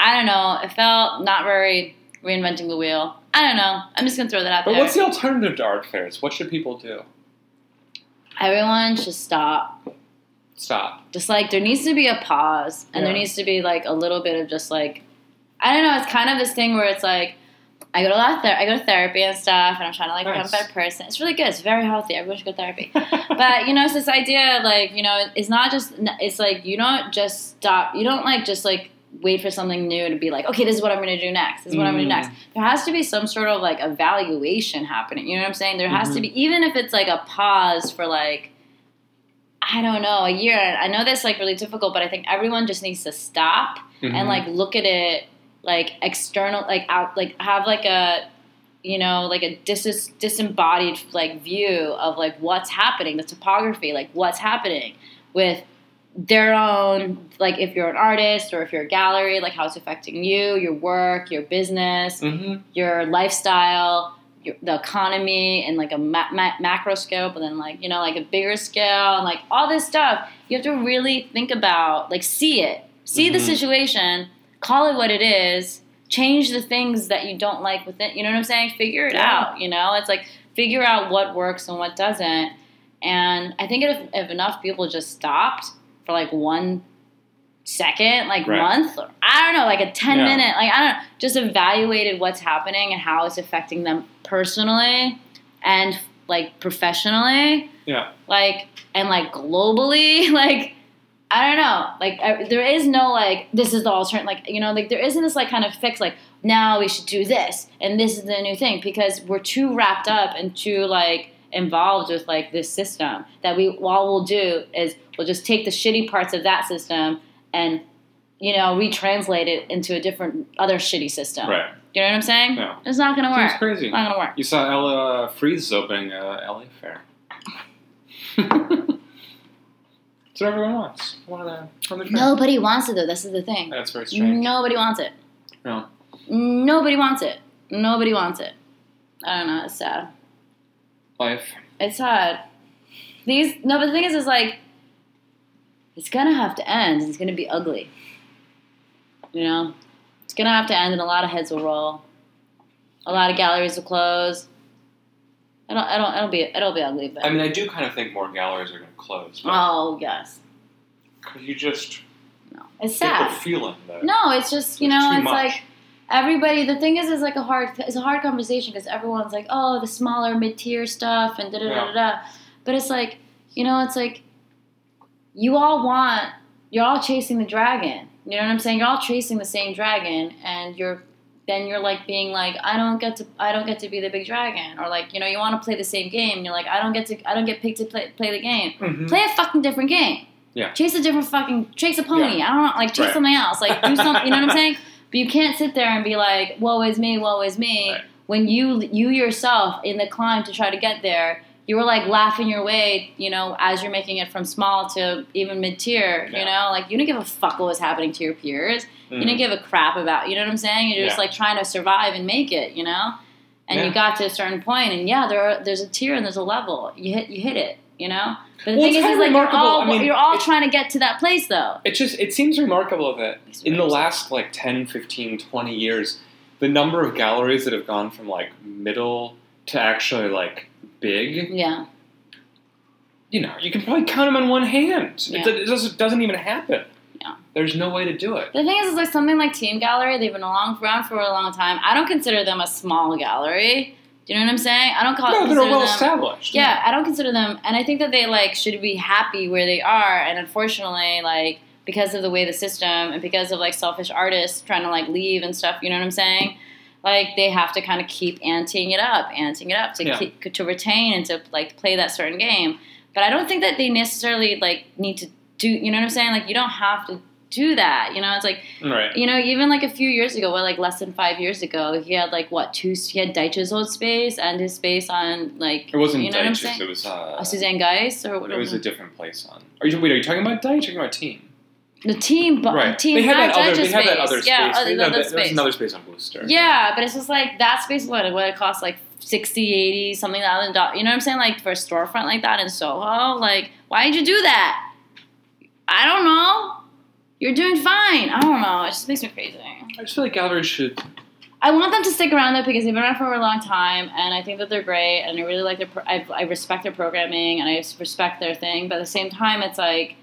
I don't know. It felt not very reinventing the wheel. I don't know. I'm just gonna throw that out But there. what's the alternative to art fairs? What should people do? Everyone should stop. Stop. just like there needs to be a pause and there Yeah. needs to be like a little bit of just like i don't know it's kind of this thing where it's like i go to a lot of ther- i go to therapy and stuff and i'm trying to like become Nice. a better person it's really good it's very healthy everyone should go to therapy but you know it's this idea of like you know it's not just it's like you don't just stop you don't like just like wait for something new to be like okay this is what i'm gonna do next this is what i'm gonna do Mm. next there has to be some sort of like evaluation happening you know what i'm saying there has to be even if it's like a pause for like i don't know a year i know that's like really difficult but i think everyone just needs to stop Mhm. and like look at it like external like out like have like a you know like a dis- disembodied like view of like what's happening the topography like what's happening with their own like if you're an artist or if you're a gallery like how it's affecting you your work your business Mhm. your lifestyle, your, the economy, and like a ma- ma- macro scale, but then like you know, like a bigger scale, and like all this stuff. You have to really think about, like, see it, see the Mhm. situation, call it what it is, change the things that you don't like within. You know what I'm saying? Figure it Yeah. out. You know, it's like figure out what works and what doesn't. And I think if, if enough people just stopped for like one second, like Right. month, or I don't know, like a 10 Yeah. minute, like I don't know, just evaluated what's happening and how it's affecting them personally and like professionally, Yeah. like, and like globally, like, I don't know, like I, there is no like, this is the alternate, like, you know, like there isn't this like kind of fix, like, now we should do this and this is the new thing because we're too wrapped up and too like involved with like this system that we all we'll do is we'll just take the shitty parts of that system and you know retranslate it into a different other shitty system Right. you know what i'm saying Yeah. it's not gonna Seems work crazy. it's not gonna work You saw Ella Freeze opening a LA fair. That's what everyone wants. One of the, one of the fair. nobody wants it though this is the thing That's very strange. nobody wants it No. nobody wants it nobody wants it i don't know it's sad Life. It's sad. These no, but the thing is, is like it's gonna have to end. and It's gonna be ugly. You know, it's gonna have to end, and a lot of heads will roll. A lot of galleries will close. I don't. I don't. It'll be. It'll be ugly. But I mean, I do kind of think more galleries are going to close. But oh yes, could you just no, it's get sad. the feeling that No, it's just you It's know, too it's much. like everybody. The thing is, is like a hard, it's a hard conversation because everyone's like, oh, the smaller mid tier stuff and da da da da da. But it's like you know, it's like you all want, you're all chasing the dragon. You know what I'm saying? You're all chasing the same dragon, and you're then you're like being like, I don't get to, I don't get to be the big dragon, or like you know, you want to play the same game. And you're like, I don't get to, I don't get picked to play play the game Mhm. play a fucking different game. Yeah. Chase a different fucking chase a pony. I don't know, like chase Right. something else. Like do something. You know what I'm saying? But you can't sit there and be like, "Woe is me, woe is me," Right. when you you yourself in the climb to try to get there, you were like laughing your way, you know, as you're making it from small to even mid tier, you Yeah. know, like you didn't give a fuck what was happening to your peers. You Mm. didn't give a crap about, you know what I'm saying? You're just Yeah. like trying to survive and make it, you know? And Yeah. you got to a certain point and yeah, there are, there's a tier and there's a level. You hit you hit it, you know? But the Well, thing it's is, kind is of like you're remarkable. all, I mean, you're all it's- trying to get to that place though. It just it seems remarkable that Makes me in the upset. last like 10, 15, 20 years, the number of galleries that have gone from like middle to actually like big, Yeah. you know, you can probably count them on one hand. Yeah. It, do- it doesn't, doesn't even happen. Yeah. There's no way to do it. The thing is, is like something like Team Gallery. They've been along around for a long time. I don't consider them a small gallery. Do you know what I'm saying? I don't call. No, consider they're well them- established. Yeah, I don't consider them, and I think that they like should be happy where they are. And unfortunately, like because of the way the system and because of like selfish artists trying to like leave and stuff. You know what I'm saying? Like they have to kind of keep anting it up, anting it up to Yeah. keep, to retain and to like play that certain game. But I don't think that they necessarily like need to do. You know what I'm saying? Like you don't have to do that. You know, it's like Right. you know, even like a few years ago, well, like less than five years ago, he had like what two? He had Deitch's old space and his space on like It wasn't you know what I'm Deitch's, saying? It was uh, Uh, Suzanne Geis or what it was a different place on. Are you wait? Are you talking about Deitch? Or are you talking about Team? the team, but right. team they had not that other. Deitch's They had that space. other space. Yeah, oh, They other, had other that- there was space. another space on Booster. Yeah, but it's just like that space. What what it costs like 60, 80, something thousand dollars. You know what I'm saying? Like for a storefront like that in Soho, like why did you do that? I don't know. You're doing fine. I don't know. It just makes me crazy. I just feel like galleries should. I want them to stick around though because they've been around for a long time, and I think that they're great, and I really like their. Pro- I, I respect their programming, and I s- respect their thing. But at the same time, it's like,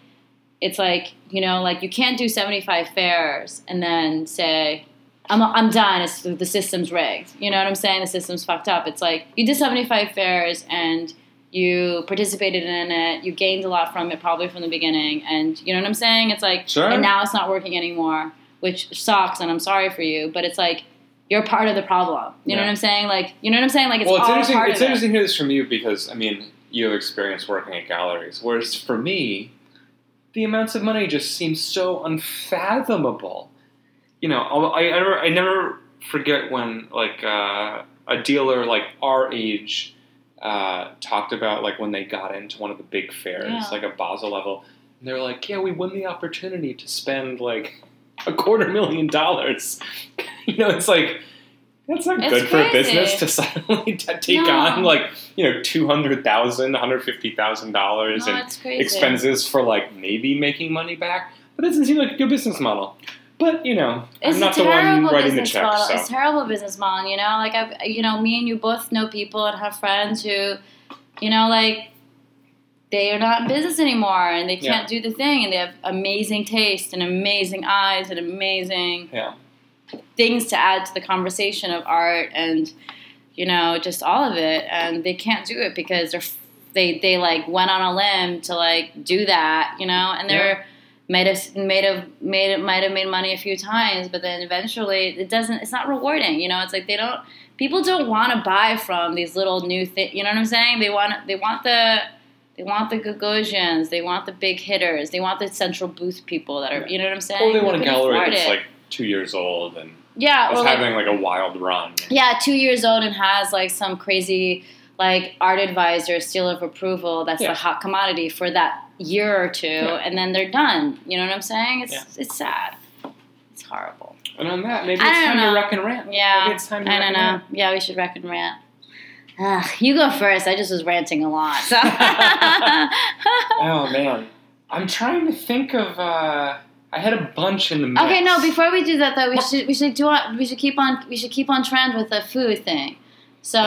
it's like you know, like you can't do seventy five fairs and then say, "I'm I'm done. It's the system's rigged." You know what I'm saying? The system's fucked up. It's like you did seventy five fairs and you participated in it. You gained a lot from it, probably from the beginning, and you know what I'm saying? It's like, Sure. and now it's not working anymore, which sucks, and I'm sorry for you, but it's like you're part of the problem. You know Yeah. what I'm saying? Like, you know what I'm saying? Like, it's well, it's all interesting. part It's of interesting to hear this from you because I mean you have experience working at galleries, whereas for me, the amounts of money just seem so unfathomable. You know, I I, I never, I never forget when like uh, a dealer like our age uh, talked about like when they got into one of the big fairs, Yeah. like a Basel level, and they're like, yeah, we won the opportunity to spend like a quarter million dollars. you know, it's like. That's not It's good for a crazy. business to suddenly t- take No. on like you know two hundred thousand, hundred fifty thousand it. dollars No, in it's crazy. expenses for like maybe making money back. But that doesn't seem like a good business model. But you know, It's I'm a not the one terrible writing the business check, model. so It's a terrible business model, you know. Like I've, you know, me and you both know people and have friends who, you know, like they are not in business anymore and they can't do the thing, and they have amazing taste and amazing eyes and amazing Yeah. things to add to the conversation of art and you know just all of it, and they can't do it because they're they they like went on a limb to like do that, you know, and they're might have made have made it might have made money a few times, but then eventually it doesn't. It's not rewarding, you know. It's like they don't. People don't want to buy from these little new things. You know what I'm saying? They want they want the they want the Gagosians. They want the big hitters. They want the central booth people that are. You know what I'm saying? or they want a Nobody gallery afford Uh, that's it. like two years old and yeah, is or like, having like a wild run. yeah, two years old and has like some crazy like art advisor seal of approval that's Yeah. the hot commodity for that year or two, Yeah. and then they're done. You know what I'm saying? It's it's sad. It's horrible. And on that, maybe I it's don't time know. to wreck and rant. Maybe Yeah, it's time to I wreck don't and know. rant. Yeah, we should wreck and rant. Ugh, you go first. I just was ranting a lot. So. okay, Oh man, I'm trying to think of. Uh, I had a bunch in the mix. no. Before we do that, though, we should we should do on, we should keep on we should keep on trend with the food thing. So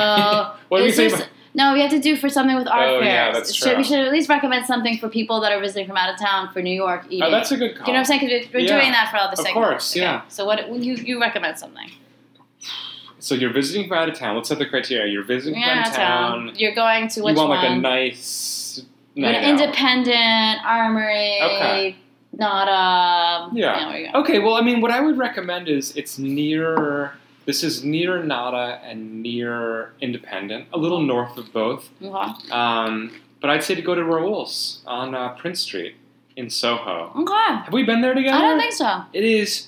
what do we Is say? there s- no, we have to do for something with art Oh, fairs. yeah, that's should, true. We should at least recommend something for people that are visiting from out of town for New York eating. Oh, that's a good call. Do you know what I'm saying? 'Cause we're, we're Yeah. doing that for all the Of segments. course, Okay. yeah. So what you you recommend something? So you're visiting from out of town. Let's set the criteria. You're visiting You're out from of town. town. You're going to You which want one? like a nice You're night an out. independent armory. Okay. Not a Yeah. there we go. Okay, well, I mean, what I would recommend is it's near. This is near Nada and near Independent, a little north of both. Okay. Um, but I'd say to go to Raoul's on uh, Prince Street in Soho. Okay. I Have we been there together? don't think Oh, so. it is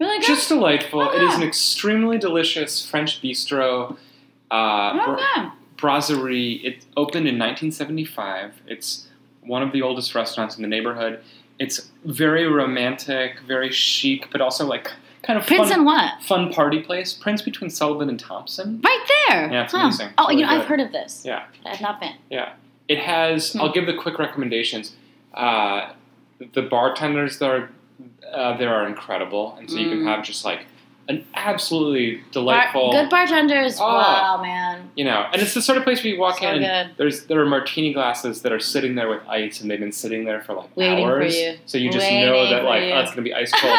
Really good. just delightful. It is Okay. Oh, an extremely delicious French bistro. Uh, br- okay. Brasserie. It opened in 1975. It's one of the oldest restaurants in the neighborhood. It's very romantic, very chic, but also like kind of Prince fun, and what? fun party place. Prince between Sullivan and Thompson. Right there. Yeah, it's Huh. amazing. Oh, Really you know, I've good. heard of this. Yeah. but I've not been. It has. Hmm. I'll give the quick recommendations. Uh, the bartenders there, uh, there are incredible, and so you can Mm. have just like an absolutely Bar- delightful. good bartenders. Oh. Wow, man. you know, and it's the sort of place where you walk So in. And good. there's there are martini glasses that are sitting there with ice, and they've been sitting there for like Waiting for hours. you. So you just know Waiting that for like you. oh, it's gonna be ice cold.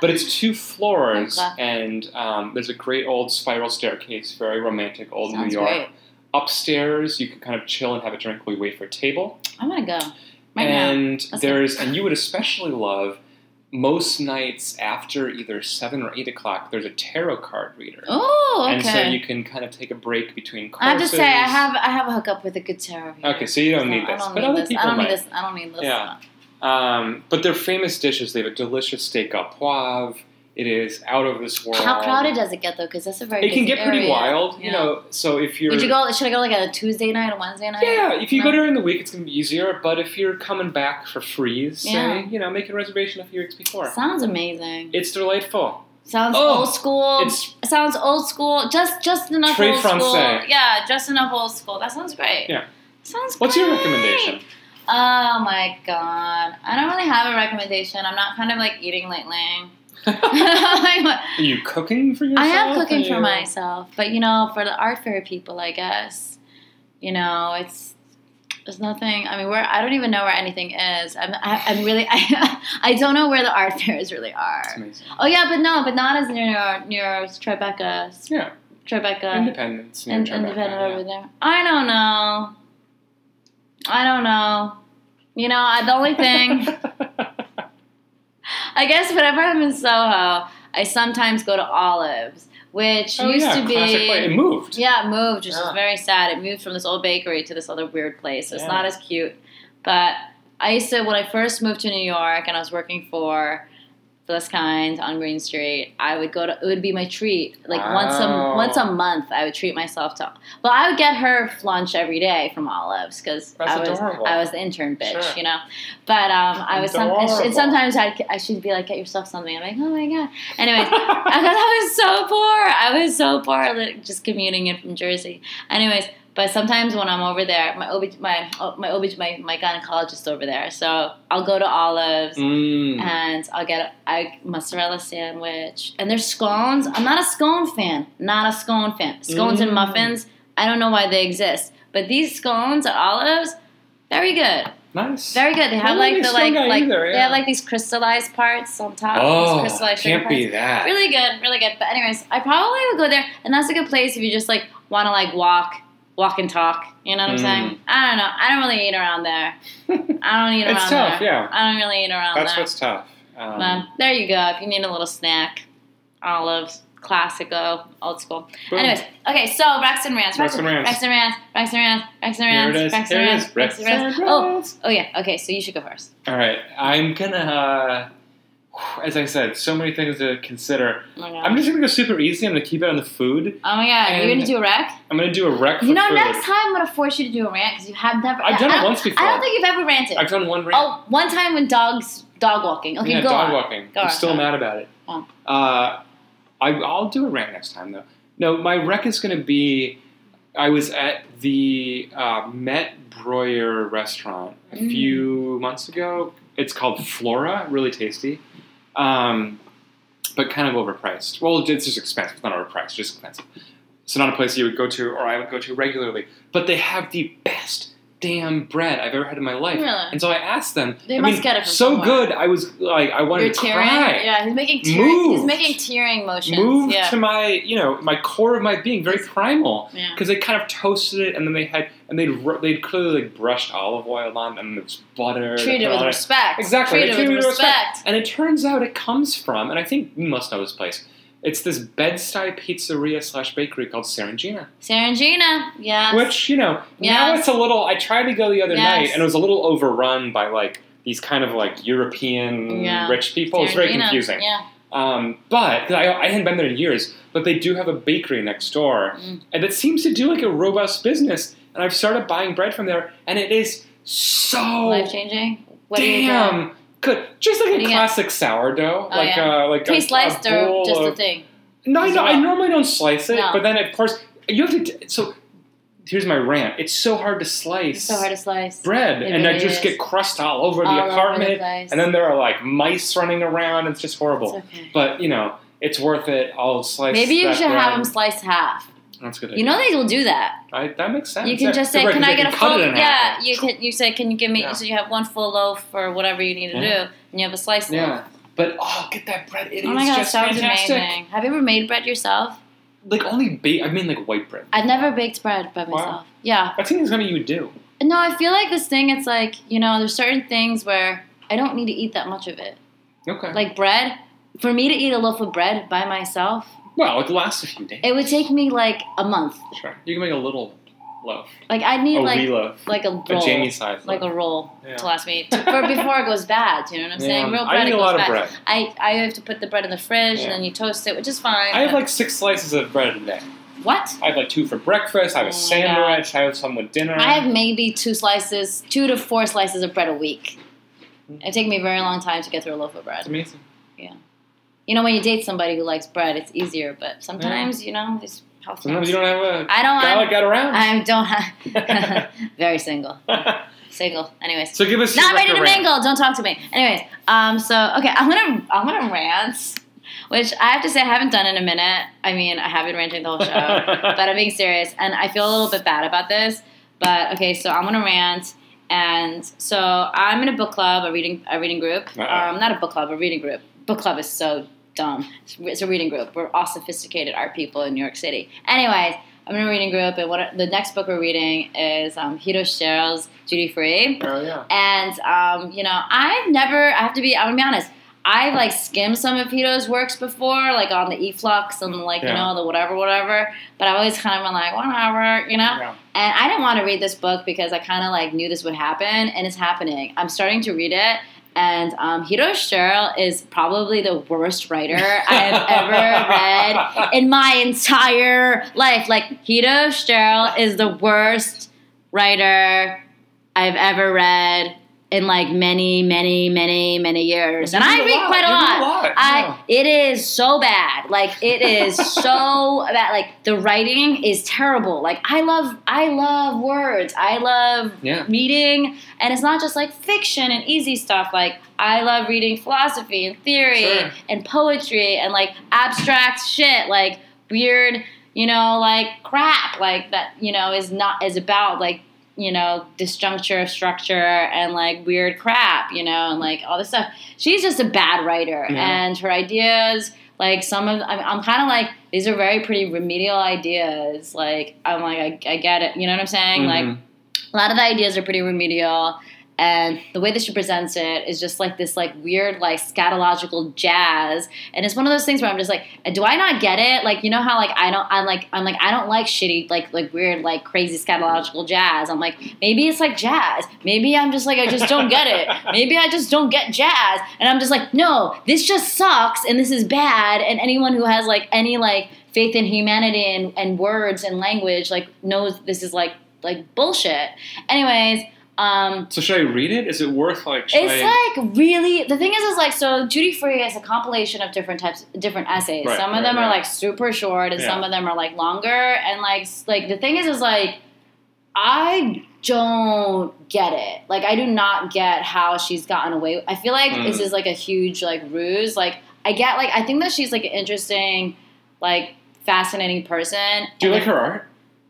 But it's two floors, Okay. and um, there's a great old spiral staircase, very romantic old Sounds New York. great. Upstairs, you can kind of chill and have a drink while you wait for a table. I'm gonna go right now. and Let's there's, and you would especially love most nights after either seven or eight o'clock. There's a tarot card reader, Oh, okay. and so you can kind of take a break between courses. I have to say, I have I have a hookup with a good tarot. reader. Okay, so you don't So need I this, don't but need other this. people I don't might. need this. I don't need this. Yeah. Um, but they're famous dishes. They have a delicious steak au poivre. It is out of this world. How crowded does it get though? Because that's a very it can busy get pretty area. wild, you Yeah. know. So if you're, Would you go? Should I go like a Tuesday night, a Wednesday night? yeah, if you No. go during the week, it's gonna be easier. But if you're coming back for free, say Yeah. you know, make a reservation a few weeks before. Sounds amazing. it's delightful. Sounds Oh, old school. It's sounds old school. Just just enough Très old français. school. Yeah, just enough old school. That sounds great. Yeah. Sounds what's your great. recommendation? Oh my god. I don't really have a recommendation. I'm not kind of like eating lately. Are you cooking for yourself? I am cooking Are for you- myself, but you know, for the art fair people, I guess, you know, it's there's nothing. I mean, where I don't even know where anything is. I'm I, I'm really I, I don't know where the art fairs really It's are. amazing. Oh yeah, but no, but not as near near Tribeca, Yeah, Tribeca, independence. and nature, independent background, yeah. over there. I don't know. I don't know. You know, I, the only thing. I guess whenever I'm in Soho, I sometimes go to Olives, which oh, used yeah, to be classic place. It moved. yeah, it moved, which Yeah. is very sad. It moved from this old bakery to this other weird place. It's Yeah. not as cute. But I used to, when I first moved to New York and I was working for Phyllis Kind on Green Street, I would go to, it would be my treat. Like once Wow. a once a month, I would treat myself to, well, I would get her lunch every day from Olives because That's I was, adorable. I was the intern bitch, Sure. you know? But um, I was, some, and she- Adorable. and sometimes I'd, I should be like, get yourself something. I'm like, oh my God. Anyways, because I was so poor. I was so poor, like, just commuting in from Jersey. Anyways, but sometimes when I'm over there, my OB, my oh, my OB, my my gynecologist is over there, so I'll go to Olives. Mm. And I'll get a, a mozzarella sandwich. And there's scones. I'm not a scone fan. Not a scone fan. Scones and Mm. muffins, I don't know why they exist. But these scones at Olives, very good. Nice. Very good. They have I'm not a like big the scone like, guy like either, they yeah. have like these crystallized parts on top. these oh, crystallized sugar can't parts be that. really good, really good. But anyways, I probably would go there, and that's a good place if you just like want to like walk, walk and talk. You know what I'm Mm. saying? I don't know. I don't really eat around there. I don't eat around it's tough. there. Yeah, I don't really eat around that's there. what's tough. Um, But there you go. If you need a little snack, olives, classico, old school. boom. Anyways, okay. So Rex and Rants, Rex and Rants. Rex and Rants, Rex and Rants, Rex and Here Rants, it is. Rex Here and it Rants, is. Rex and Rants. and Oh, Rants. oh yeah. Okay, so you should go first. All right, I'm gonna. Uh, as I said, so many things to consider. Oh my god. I'm just gonna go super easy. I'm gonna keep it on the food. oh my god, and- you're gonna do a rec? I'm gonna do a rec for You know, food. next time I'm gonna force you to do a rant because you have never. I've done I- it once before. I don't think you've ever ranted. I've done one rant. Oh, one time when dogs dog walking. Okay, yeah, go dog on. walking. Go I'm on, still go on. mad about it. Oh. Uh, I, I'll do a rant next time though. No, my rec is gonna be. I was at the uh, Met Breuer restaurant a Mm. few months ago. It's called Flora, really tasty, um, but kind of overpriced. Well, it's just expensive. It's not overpriced, just expensive. It's not a place you would go to, or I would go to regularly. But they have the best damn bread I've ever had in my life. Really? And so I asked them. They I must mean, get it from so somewhere. good. I was like, I wanted You're to tearing. cry. Yeah, he's making tearing. Moved. He's making tearing motions. Moved yeah. to my, you know, my core of my being, very primal, yeah. because they kind of toasted it, and then they had, and they'd ru- they'd clearly like brushed olive oil on, and it was butter. they Treated put with on it. respect. Exactly, they Treated treated with with respect. respect. And it turns out it comes from, and I think you must know this place. It's this Bed-Stuy pizzeria slash bakery called Serengina, Sarangina. Yes. which you know now Yes. it's a little. I tried to go the other Yes. night, and it was a little overrun by like these kind of like European Yeah. rich people. It's very Sarangina. confusing. Yeah. Um, but 'cause I, I hadn't been there in years, but they do have a bakery next door, Mm. and it seems to do like a robust business. And I've started buying bread from there, and it is so Life changing. What do you Oh, damn good. Just like What do a you get? classic sourdough, Oh, like yeah. uh, like do? a, Taste sliced a or bowl just the of- thing? no, Is no, it I not? normally don't slice it, No. but then of course you have to. t- So here's my rant: it's so hard to slice It's so hard to slice. bread, It and I really just is. get crust all over All the over the apartment, place. and then there are like mice running around. It's just It's horrible. okay. But you know, it's worth it. I'll slice. Maybe you that should have them bread. sliced half. That's a good. You know they will do that. I, that makes sense. You can Yeah, just say, right, "Can 'cause I they get a cut full?" it in Yeah, half. you can. You say, "Can you give me?" Yeah. So you have one full loaf or whatever you need to Yeah. do, and you have a slice Yeah. loaf. But oh, get that bread! It is oh my god, it just sounds fantastic. amazing! Have you ever made bread yourself? Like only ba- I mean, like white bread. I've never baked bread by Wow. myself. Yeah, I think it's something you would do. No, I feel like this thing, it's like, you know, there's certain things where I don't need to eat that much of it. Okay. Like bread, for me to eat a loaf of bread by myself, well, it lasts a few days. it would take me like a month. Sure. You can make a little loaf, Like I'd need a like wee loaf, like a roll. a Jamie size. like loaf. a roll Yeah. to last me to, for before it goes bad, you know what I'm saying? Yeah, Real I bread eat it a goes lot of bad. bread. I, I have to put the bread in the fridge Yeah. and then you toast it, which is fine. I have but- like six slices of bread a day. what? I have like two for breakfast. I have a Oh my sandwich. I have some with dinner. I have maybe two slices, two to four slices of bread a week. Mm-hmm. It take me a very long time to get through a loaf of bread. It's amazing. you know, when you date somebody who likes bread, it's easier. But sometimes, you know, it's health. Sometimes you things. don't have a I don't. guy like I'm, that around. I don't have. very single. Single. Anyways, so give us not your ready to recommend- mingle. Don't talk to me. Anyways, um, so okay, I'm gonna I'm gonna rant, which I have to say I haven't done in a minute. I mean, I have been ranting the whole show but I'm being serious, and I feel a little bit bad about this. But okay, so I'm gonna rant, and so I'm in a book club, a reading, a reading group. Uh-oh. Um, not a book club, a reading group. Book club is so dumb. It's, it's a reading group. We're all sophisticated art people in New York City. Anyways, I'm in a reading group, and what the next book we're reading is um, Hiro Sheryl's Duty Free. Oh yeah. And um, you know, I've never. I have to be. I'm gonna be honest. I've like skimmed some of Hito's works before, like on the efflux and like you Yeah. know the whatever, whatever. But I've always kind of been like whatever, you know. yeah. And I didn't want to read this book because I kind of like knew this would happen, and it's happening. I'm starting to read it, and um, Hiro Sherrill is probably the worst writer I have ever read in my entire life. Like Hito Sterl is the worst writer I've ever read in like many, many, many, many years. And You I do read quite a You do lot. yeah. I it is so bad. Like it is so bad. Like the writing is terrible. Like I love I love words. I love Yeah. reading and it's not just like fiction and easy stuff. Like I love reading philosophy and theory Sure. and poetry and like abstract shit, like weird, you know, like crap, like that, you know, is not is about like you know, disjuncture of structure and like weird crap, you know, and like all this stuff. She's just a bad writer, Yeah. and her ideas, like some of, I'm, I'm kind of like these are very pretty remedial ideas. Like I'm like I, I get it, you know what I'm saying? Like Mhm. a lot of the ideas are pretty remedial and the way that she presents it is just like this like weird like scatological jazz and it's one of those things where i'm just like do i not get it like you know how like i don't i'm like i'm like i don't like shitty like like weird like crazy scatological jazz i'm like maybe it's like jazz maybe i'm just like i just don't get it maybe i just don't get jazz and i'm just like no this just sucks and this is bad and anyone who has like any like faith in humanity and, and words and language like knows this is like like bullshit anyways um so should I read it? Is it worth like? Should I, it's like really the thing is is like so duty free is a compilation of different types different essays. Right, some of right, them are right. like super short and Yeah. some of them are like longer and like s- like the thing is is like I don't get it. Like I do not get how she's gotten away. I feel like Mm. this is like a huge like ruse. Like I get like I think that she's like an interesting like fascinating person. do you And like the- her art?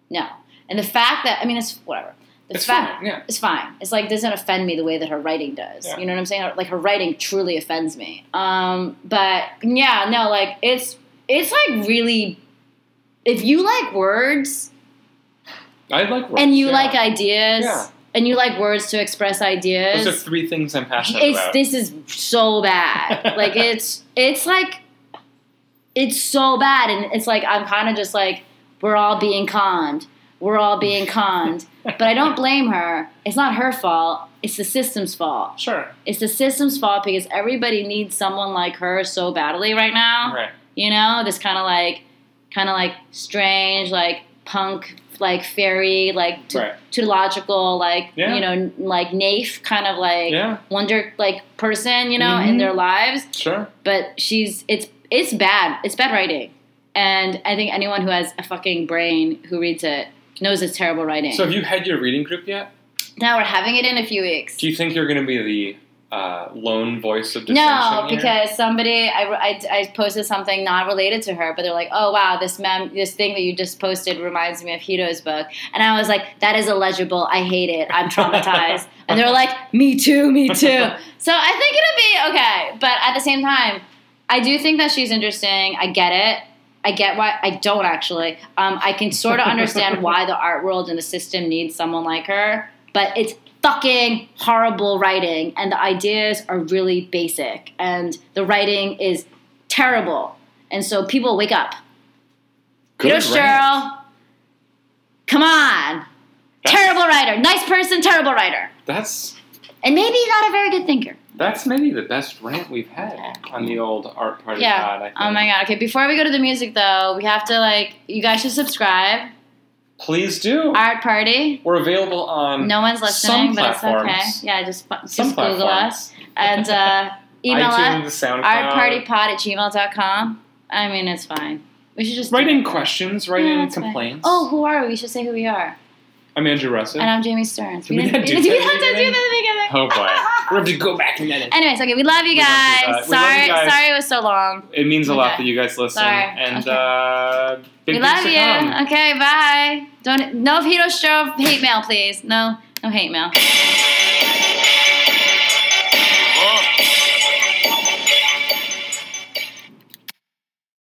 No. And the fact that I mean it's whatever. The It's fact fine. Yeah. it's fine. It's like it doesn't offend me the way that her writing does. Yeah. You know what I'm saying? Like her writing truly offends me. Um, but yeah, no, like it's it's like really if you like words I like words. and you yeah. like ideas Yeah. and you like words to express ideas Those are three things I'm passionate it's about. this is so bad. like it's it's like it's so bad, and it's like I'm kind of just like we're all being conned. We're all being conned, but I don't blame her. It's not her fault. It's the system's fault. Sure. It's the system's fault because everybody needs someone like her so badly right now. Right. You know, this kind of like, kind of like strange, like punk, like fairy, like t- Right. tautological, like Yeah. you know, n- like naif kind of like Yeah. wonder like person, you know, in Mhm. their lives. Sure. But she's it's it's bad. It's bad writing, and I think anyone who has a fucking brain who reads it knows it's terrible writing. So have you had your reading group yet? now we're having it in a few weeks. Do you think you're going to be the uh, lone voice of dissension? No, here? because somebody I, I, I posted something not related to her, but they're like, "Oh wow, this mem this thing that you just posted reminds me of Hito's book," and I was like, "That is illegible. I hate it. I'm traumatized." and they're like, "Me too, me too." so I think it'll be okay, but at the same time, I do think that she's interesting. I get it. I get why I don't actually. Um, I can sort of understand why the art world and the system needs someone like her, but it's fucking horrible writing, and the ideas are really basic, and the writing is terrible. And so people wake up. Good Peter rant. Sherrill, come on. That's- terrible writer. Nice person, terrible writer. That's And maybe not a very good thinker. that's maybe the best rant we've had on the old art party Yeah. pod. I think. Oh my god. Okay, before we go to the music though, we have to like you guys should subscribe. Please do. Art Party. We're available on No one's listening, Um, Some but it's okay. platforms. Yeah, just fu- just some Google us platforms. and uh, email iTunes, us SoundCloud. artpartypod at gmail.com. I mean, it's fine. We should just Write in questions. Write Yeah, in it's fine. complaints. Oh, who are we? We should say who we are. I'm Andrew Russell. And I'm Jamie Stearns. Did we not do we that didn't at have to the do beginning? that at the Oh beginning. boy, we have to go back and edit. Anyways, okay, we love you We love you guys. guys. We love sorry, you guys. sorry it was so long. It means a lot Okay. that you guys listen. Sorry. And Okay. uh, big we things love to you. come. Okay, bye. Don't no Hito show hate mail, please. No, no hate mail.